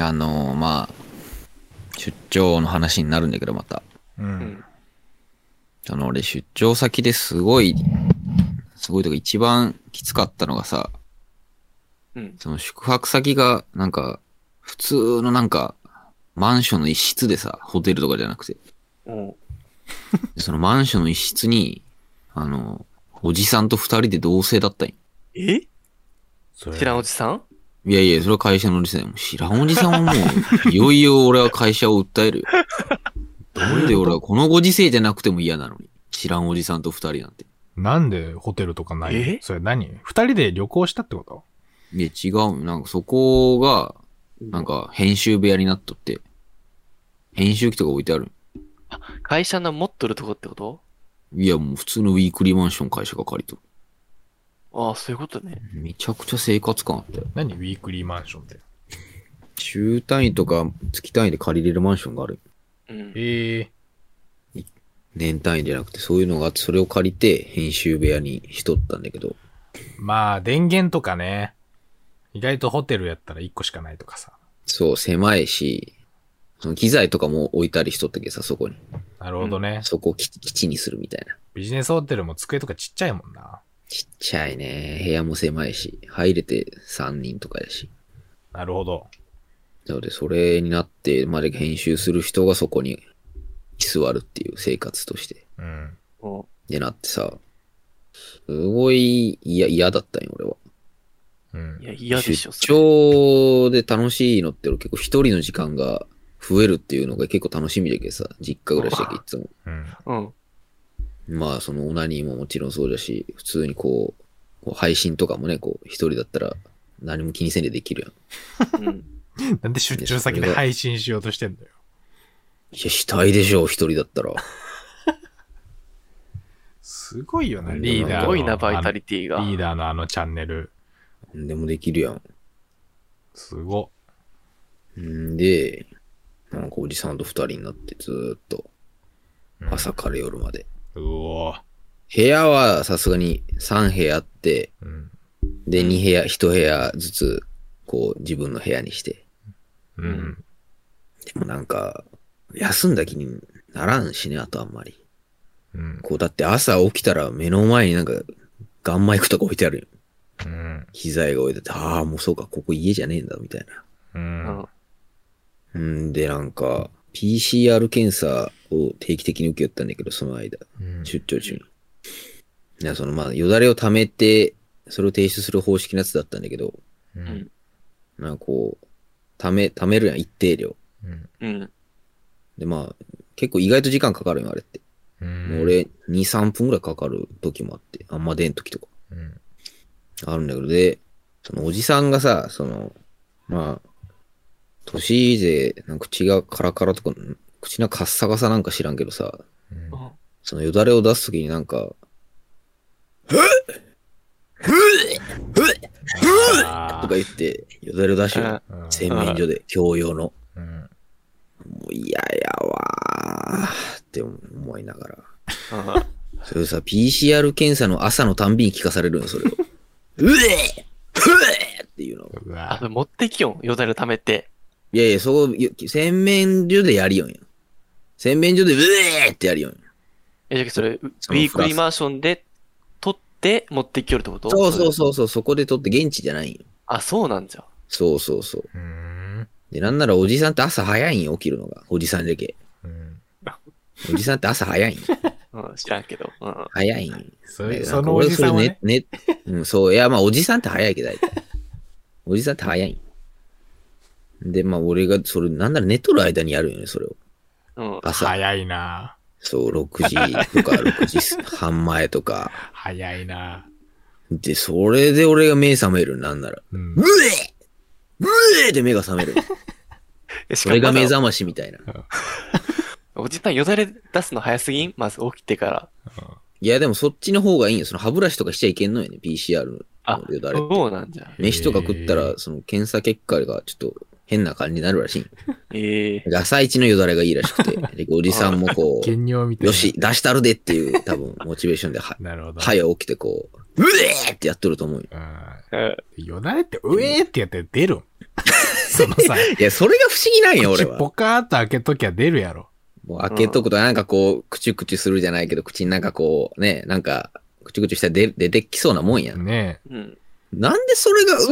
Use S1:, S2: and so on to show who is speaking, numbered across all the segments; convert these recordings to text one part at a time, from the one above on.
S1: あのーまあ、出張の話になるんだけど、また。
S2: う。
S3: うんん。
S1: あの、俺、出張先ですごい、すごいとか一番きつかったのがさ、
S3: うん。
S1: その宿泊先が、なんか、普通のなんか、マンションの一室でさ、ホテルとかじゃなくて、
S3: お
S1: でそのマンションの一室に、あの、おじさんと二人で同棲だったんよ
S3: え
S2: それ
S3: 知らんおじさん
S1: いやいや、それは会社のおじさんよ。知らんおじさんはもう、いよいよ俺は会社を訴えるよ。なんで俺はこのご時世じゃなくても嫌なのに。知らんおじさんと二人なんて。
S2: なんでホテルとかない
S3: え
S2: それ何二人で旅行したってこと
S1: いや、違うよ。なんかそこが、なんか編集部屋になっとって、編集機とか置いてある。
S3: 会社の持っとるとこってこと
S1: いや、もう普通のウィークリーマンション会社が借りとる。
S3: ああ、そういうことね。
S1: めちゃくちゃ生活感あったよ。
S2: 何ウィークリーマンションって。
S1: 週単位とか月単位で借りれるマンションがある。
S3: うん。
S2: ええ
S1: 年単位じゃなくて、そういうのがあって、それを借りて編集部屋にしとったんだけど。
S2: まあ、電源とかね。意外とホテルやったら一個しかないとかさ。
S1: そう、狭いし、その機材とかも置いたりしとったけどさ、そこに。
S2: なるほどね。
S1: そこを基基地にするみたいな。
S2: ビジネスホテルも机とかちっちゃいもんな。
S1: ちっちゃいね。部屋も狭いし、入れて3人とかやし。
S2: なるほど。
S1: なので、それになって、まで編集する人がそこに座るっていう生活として。
S2: うん。
S3: お
S1: でなってさ、すごい嫌、嫌だったんよ、俺は。
S2: う
S3: い
S2: ん。
S3: や、嫌でしょ、
S1: 出
S3: それ。
S1: 張で楽しいのって俺結構一人の時間が増えるっていうのが結構楽しみだけどさ、実家暮らしだけどいつも。
S2: うん。
S3: うん。
S1: まあ、そのオナニーももちろんそうだし、普通にこう、こう配信とかもね、こう、一人だったら何も気にせんでできるやん。
S3: うん。
S2: なんで出張先で配信しようとしてんだよ。
S1: いや、したいでしょう、一人だったら。
S2: すごいよな、
S1: うん
S2: リーダーの。
S3: すごいな、バイタリティ
S2: あ
S3: が
S2: の。リーダーのあのチャンネル。
S1: 何でもできるやん。
S2: すご。
S1: んで、なんかおじさんと二人になってずーっと、
S2: うん
S1: 朝から夜まで。
S2: うお
S1: 部屋はさすがに3部屋あって、
S2: うん。
S1: で、2部屋、1部屋ずつ、こう、自分の部屋にして。
S2: う
S3: うんん。
S1: でもなんか、休んだ気にならんしね、あとあんまり。
S2: うん。
S1: こう、だって朝起きたら目の前になんか、ガンマイクとか置いてあるよ。
S2: うん。
S1: 機材が置いてあって、ああ、もうそうか、ここ家じゃねえんだ、みたいな。
S2: う。
S3: うんん。
S1: うんで、なんか、PCR 検査を定期的に受けよったんだけど、その間、
S2: うん
S1: 出張中に。いや、その、まあ、よだれを溜めて、それを提出する方式のやつだったんだけど、
S2: う
S3: うんん。
S1: なんかこう、溜め、溜めるやん、一定量。
S2: うん
S3: うん。
S1: で、まあ、結構意外と時間かかるよ、あれって。
S2: うん
S1: もう俺、2、3分ぐらいかかる時もあって、あんま出ん時とか。
S2: うん。
S1: あるんだけど、で、そのおじさんがさ、その、まあ、年で、なんか口がカラカラとか、ん口のカッサカサなんか知らんけどさ、
S2: うん
S3: うん
S1: そのよだれを出すときになんか、
S2: あー
S1: とか言って、よだれを出しよう。
S2: うん
S1: 洗面所で、共用の。
S2: うん
S1: もう嫌やわーって思いながら。
S3: う
S1: それさ、PCR 検査の朝のたんびに聞かされるの、それを。うえふえっていうの。
S2: うん
S3: んあ、それ持ってきよん、よだれ貯めて。
S1: いやいや、そこ、ゆ洗面所でやりよんや。洗面所でうえってやりよんや。
S3: え、じゃあそれ、ウウ
S1: その
S3: ィークリーマンションで取って持ってきよるってこと
S1: そうそう
S3: う。
S1: そうそう、そこで撮って現地じゃないんよ。
S3: あ、そうなんじゃ。
S1: そうそうそう。
S2: うん
S1: で、なんならおじさんって朝早いんよ、起きるのが。おじさんだけ。
S2: うん
S1: おじさんって朝 早いんよ。
S3: うん、知らんけど。うん。
S1: 早いんよ。
S2: それ
S1: ね
S2: そのおじさんはね、
S1: なんか俺それね、ね、うん、そう、いや、まあ、おじさんって早いけど、大体。おじさんって早いん。で、まあ、俺が、それ、なんなら寝とる間にやるよね、それを。
S3: うん。
S1: 朝。
S2: 早いな
S1: そう、6時とか、6時半前とか。
S2: 早いな
S1: で、それで俺が目覚める、なんなら。
S2: うん
S1: うえうえで目が覚め る。
S3: えし
S1: そ
S3: かも
S1: れが目
S3: まだ
S1: 覚ましみたいな。
S3: おじさんよだれ出すの早すぎんまず起きてから。
S1: いや、でもそっちの方がいいよ。その歯ブラシとかしちゃいけんのよね、PCR の
S3: あ
S1: よだれ。
S3: そうなんじゃ。
S1: 飯とか食った
S2: へ
S1: ら
S2: ー、
S1: その検査結果がちょっと変な感じになるらしい。
S3: ええ
S1: 朝一のよだれがいいらしくて、 でおじさんもこう、
S2: 減量みたいな
S1: よし、出したるでっていう、多分、モチベーションで は、
S2: なるほど
S1: 早起きてこう、うえーってやっとると思うよ。
S2: うん
S3: うん
S2: よだれってうえーってやったら出るんそのさ、
S1: いや、それが不思議なんよ、俺
S2: 口
S1: は。
S2: ポカーっと開けときゃ出るやろ。
S1: もう開けとくとなんかこう、くちゅくちゅするじゃないけど、口になんかこう、ね、なんか、くちゅくちゅしたら出出てきそうなもんやん。
S2: ね
S3: うん。
S1: なんでそれが、う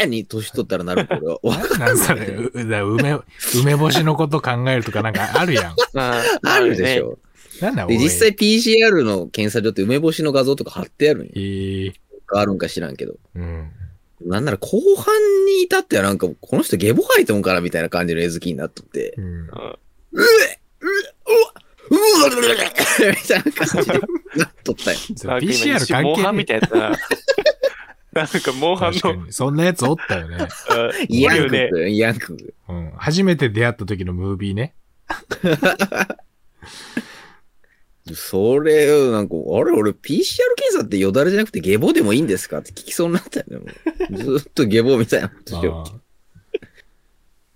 S1: えーに年取ったらなるの俺は。わ
S2: え。なんそれ、ううだ梅、梅干しのこと考えるとかなんかあるやん。
S3: あ
S1: あるでし。ょ。
S2: なんだ、
S1: で、
S2: おい
S1: 実。際 PCR の検査所って梅干しの画像とか貼ってあるんよ。
S2: いい。
S1: あるんか知らんけど。
S2: うん。
S1: なんなら後半に至ってはなんか、この人ゲボ吐いてもんからみたいな感じの絵好きになっとって。
S2: うん。
S1: うえうえうわうわうわうわみたいな感じでなっとったよ。
S2: それ
S3: なんか今
S2: PCR
S3: 一瞬モン
S2: 関
S3: ハン
S2: 係
S3: みたいやったな。 なんかモンハン
S2: 確か
S3: の
S2: に。そんなやつおったよ ね。
S3: あ、
S1: イ
S3: あ
S1: ヤン
S3: るよね。
S1: ク、イヤンク。
S2: うん。初めて出会った時のムービーね。
S1: それ、なんか、あれ、俺 PCR 検査ってよだれじゃなくてゲボでもいいんですかって聞きそうになったよね。も うずっとゲボみたいなことして
S2: ああ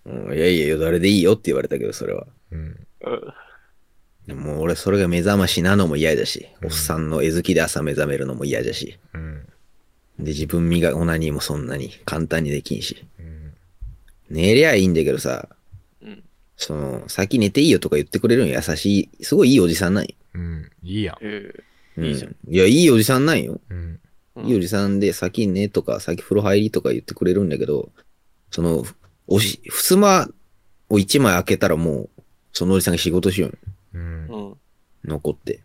S1: うん、いやいや、よだれでいいよって言われたけど、それは。
S2: うん。
S3: うん
S1: でも俺、それが目覚ましなのも嫌だし、おっさんの絵好きで朝目覚めるのも嫌だし、
S2: うん。
S1: で、自分磨がオナニーもそんなに簡単にできんし。
S2: うん。
S1: 寝りゃいいんだけどさ、
S3: うん。
S1: その、先寝ていいよとか言ってくれるの優しい、すごいいいおじさんなんよ。
S2: うん。いいやん。
S1: うん、
S3: いいじゃん。
S1: いや、いいおじさんなんよ。
S2: うん。
S3: うん
S1: いいおじさんで、先寝とか、先風呂入りとか言ってくれるんだけど、その、おし、ふすまを一枚開けたらもう、そのおじさんが仕事しようよ
S2: うん。
S3: うん。
S1: 残って。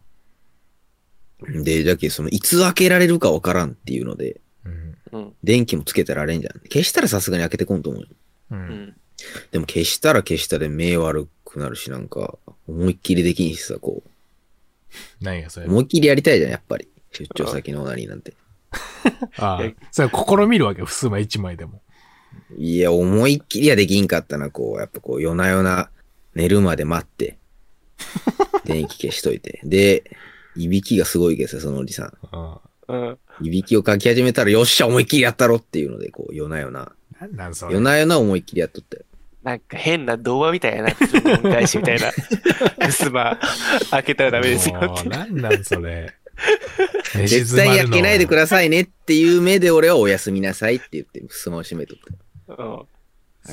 S1: で、だけどその、いつ開けられるかわからんっていうので、
S2: うん。
S3: うん。
S1: 電気もつけてられんじゃん。消したらさすがに開けてこんと思うよ。
S2: う。
S3: うんん。
S1: でも消したら消したで目悪くなるし、なんか、思いっきりできんしさ、こう。
S2: 何がそれ。
S1: 思いっきりやりたいじゃん、やっぱり。出張先のオナニーなんて。
S2: ああ。それ試みるわけよ、ふすま一枚でも。
S1: いや、思いっきりはできんかったな、こう、やっぱこう、夜な夜な寝るまで待っ て、電気消しといて。で、いびきがすごいけどさ、そのおじさん。
S2: うん。
S3: うん。
S1: いびきをかき始めたら、よっしゃ、思いっきりやったろっていうので、こう、夜な夜な。
S2: なんなんそれ。
S1: 夜な夜な思いっきりやっとったよ。
S3: なんか変な童話みたいやな。恩返しみた いな。襖開けたらダメですよ
S2: も
S3: っ
S2: う
S3: て。
S2: なんなんそ れ。
S1: 絶対やけないでくださいねっていう目で俺はおやすみなさいって言って、ふすまを閉めとった。
S3: うん。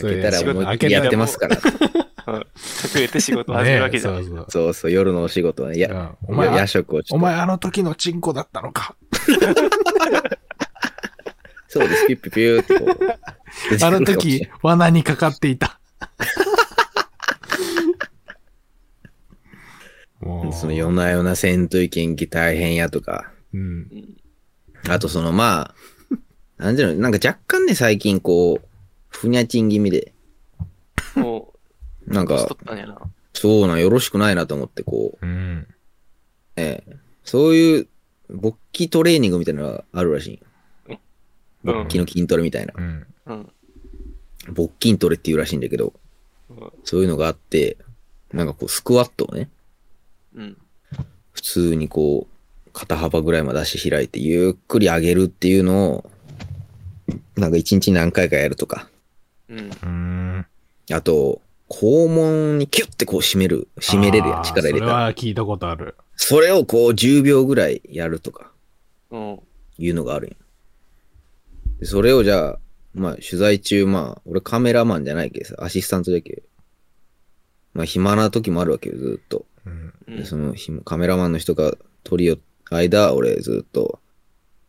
S1: 開けたら
S3: もう
S1: 思いっきりやってますから。
S3: 隠れて仕事始めるわけじゃん。
S2: ねそうそう
S1: そうそう、夜のお仕事はね、
S2: う
S1: や、
S2: んお前、
S1: 夜食をちょ
S2: お
S1: っと。
S2: 前あの時のチンコだったのか。
S1: そうです、ピュッピュピューってこう。 出てくるか
S2: あ
S1: もしれ
S2: の
S1: ない
S2: 時、罠にかかっていた。 もう、
S1: その夜な夜な戦闘研究大変やとか、
S2: うん。
S1: あとそのまあ、なんていうの、なんか若干ね、最近こう、ふにゃちん気味で、
S3: うんも
S1: なん
S3: う、しと
S1: か
S3: っ、たんやな。
S1: そうなんよろしくないなと思って、こう、
S2: うん。
S1: ええ、そういう勃起トレーニングみたいなのがあるらしいんよ。
S3: うん
S1: 勃起の筋トレみたいな。
S2: うん。
S3: うん。
S1: 勃起筋トレっていうらしいんだけど、そういうのがあって、なんかこう、スクワットをね、
S3: うん。
S1: 普通にこう、肩幅ぐらいまで足開いて、ゆっくり上げるっていうのを、なんか一日何回かやるとか、
S3: うん。
S2: うん。
S1: あと、肛門にキュッてこう締める、締めれるや
S2: あ
S1: ん、
S2: ー
S1: 力入れ
S2: そ
S1: た
S2: れ
S1: ら。
S2: は聞いたことある。
S1: それをこう10秒ぐらいやるとか、
S3: うん。
S1: いうのがあるんやでそれをじゃあ、まあ取材中、まあ俺カメラマンじゃないけどさ、アシスタントだけど、まあ暇な時もあるわけよ、ずっと。
S2: うん。
S3: う
S1: で
S3: ん
S1: その日もカメラマンの人が撮りよ間、俺ずっと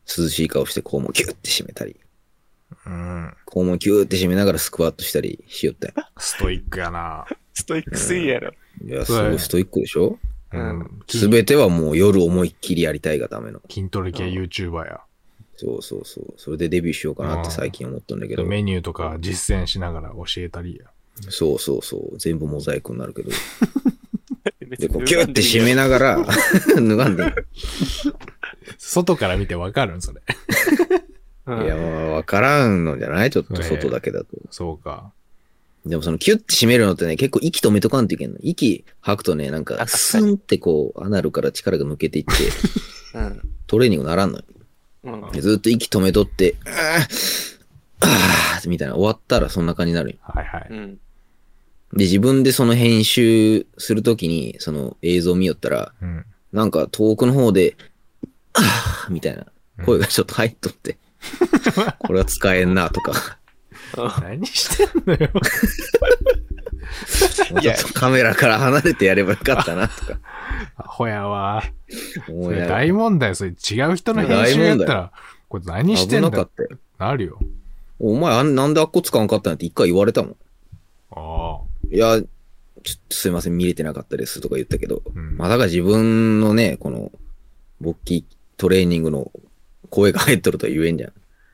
S1: 涼しい顔して肛門キュッて締めたり、
S2: うん。
S1: 肛門キュッて締めながらスクワットしたりしよったよ。
S2: ストイックやな。
S3: ストイックすぎやろ。
S1: いや、すごいストイックでしょ
S2: うん。
S1: すべてはもう夜思いっきりやりたいがための。
S2: 筋トレ系 YouTuber や。
S1: そうそうそう。それでデビューしようかなって最近思ったんだけど。
S2: メニューとか実践しながら教えたりや。
S1: そうそうそう。全部モザイクになる けど。
S3: 別
S1: で、
S3: に
S1: こう、キュッて締めな
S3: な。
S1: がら、 脱がんでいい。
S2: 外から見てわかるんそれ。
S3: うん
S1: いや、まあ、わからんのじゃないちょっと
S2: ええ
S1: 外だけだと。
S2: そうか。
S1: でもそのキュッて締めるのってね、結構息止めとかんといけんの。息吐くとね、なん
S3: あ
S1: か、スンってこう、アナルから力が抜け ていって、
S3: うん。
S1: トレーニングならんのよ。
S3: うん。。
S1: でずっと息止めとって、あーあーみたいな。終わったらそんな感じになるよ
S2: はいはいう
S3: ん。
S1: で、自分でその編集するときに、その映像見よったら、
S2: うん。
S1: なんか遠くの方で、 あーみたいな声がちょっと入っとって、これは使えんなとか、
S2: 何してんのよ。
S1: もうちょっとカメラから離れてやればよかったなとか
S2: アホやわ。
S1: 思
S2: そ
S1: い
S2: れ
S1: ながら
S2: 大問題。それ違う人の編集やったら、これ何して
S1: 危
S2: ん
S1: なか
S2: だ
S1: ったよ。
S2: なるよ。
S1: お前あん、なんであっこ使わんかったんやって一回言われたもん。
S2: ああ。
S1: いや、ちょっとすいません、見れてなかったですとか言ったけど、
S2: うん
S1: まさか自分のね、この、勃起トレーニングの声が入っとるとは言えんじゃん。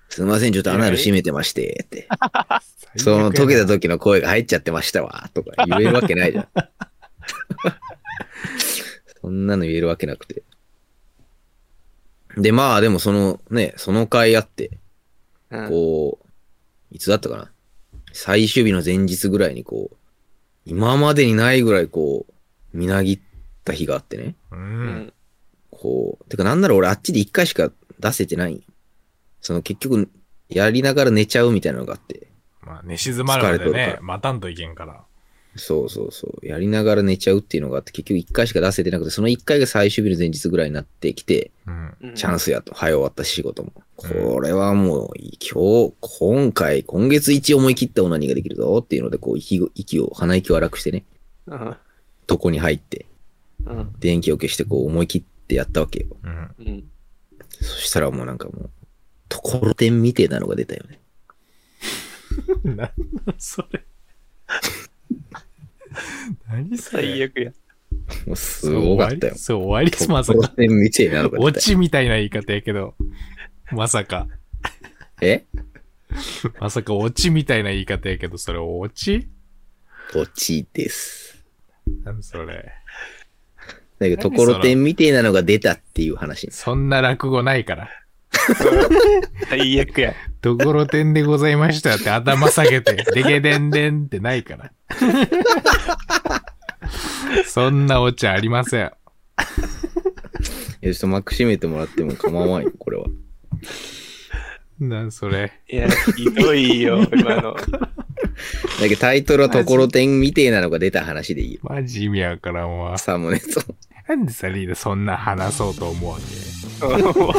S1: すいません、ちょっとアナル閉めてまして、って。その溶けた時の声が入っちゃってましたわ、とか言えるわけないじゃん。 そんなの言えるわけなくて。で、まあでもそのね、その回あって、
S3: うん。
S1: こう、いつだったかな。最終日の前日ぐらいにこう、今までにないぐらいこう、みなぎった日があってね。
S2: う。
S3: うんん。
S1: こう、てかなんなら俺あっちで一回しか出せてない。その結局、やりながら寝ちゃうみたいなのがあって。
S2: まあ、寝静まるま
S1: 疲
S2: で
S1: れとるか
S2: ね
S1: ら、
S2: 待たんといけんから。
S1: そうそうそう。やりながら寝ちゃうっていうのがあって、結局一回しか出せてなくて、その一回が最終日の前日ぐらいになってきて、
S2: うん。
S3: うん
S1: チャンスやと。はい、終わった仕事も。
S2: うん
S1: これはもう、今日、今回、今月一思い切ったオナニーができるぞっていうので、こう、息を、息を、鼻息を荒くしてね、
S3: うん。
S1: 床に入って、
S3: うん。
S1: 電気を消して、こう、思い切ってやったわけよ。
S2: うん。
S3: うん。
S1: そしたらもうなんかもう、ところてんみてえなのが出たよね。
S2: なんだそれ。 何それ。
S3: 最悪や。
S1: もう、すごかったよ。
S2: そう、終わりそう終わりまさ
S1: ところ
S2: か。
S1: てんみてえなのが出
S2: 落
S1: たよ。
S2: ちみたいな言い方やけど。まさか。
S1: え
S2: まさか落ちみたいな言い方やけど、それ落ち
S1: 落ちです。
S2: 何それ。
S1: だけど、ところてんみてえなのが出たっていう話。
S2: そんな落語ないから。
S3: 最悪や。
S2: ところてんでございましたって頭下げて、でげでんでんってないから。 そんなオチありません。
S1: え、ちょっと幕閉めてもらっても構わんよ、 これは。
S2: なんそれ。
S3: いや、ひどいよ、今の。
S1: だけど、タイトルはところてんみてえなのが出た話でいいよ。
S2: マジ意味わからんわ。
S1: サムネと。
S2: なんでさ、リーダーそんな話そうと思うわ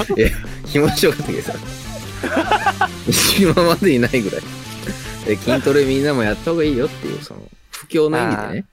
S2: け
S1: いや、気持ちよかったけどさ。 今までにないぐらい。で筋トレみんなもやった方がいいよっていう、その、不況の意味でね。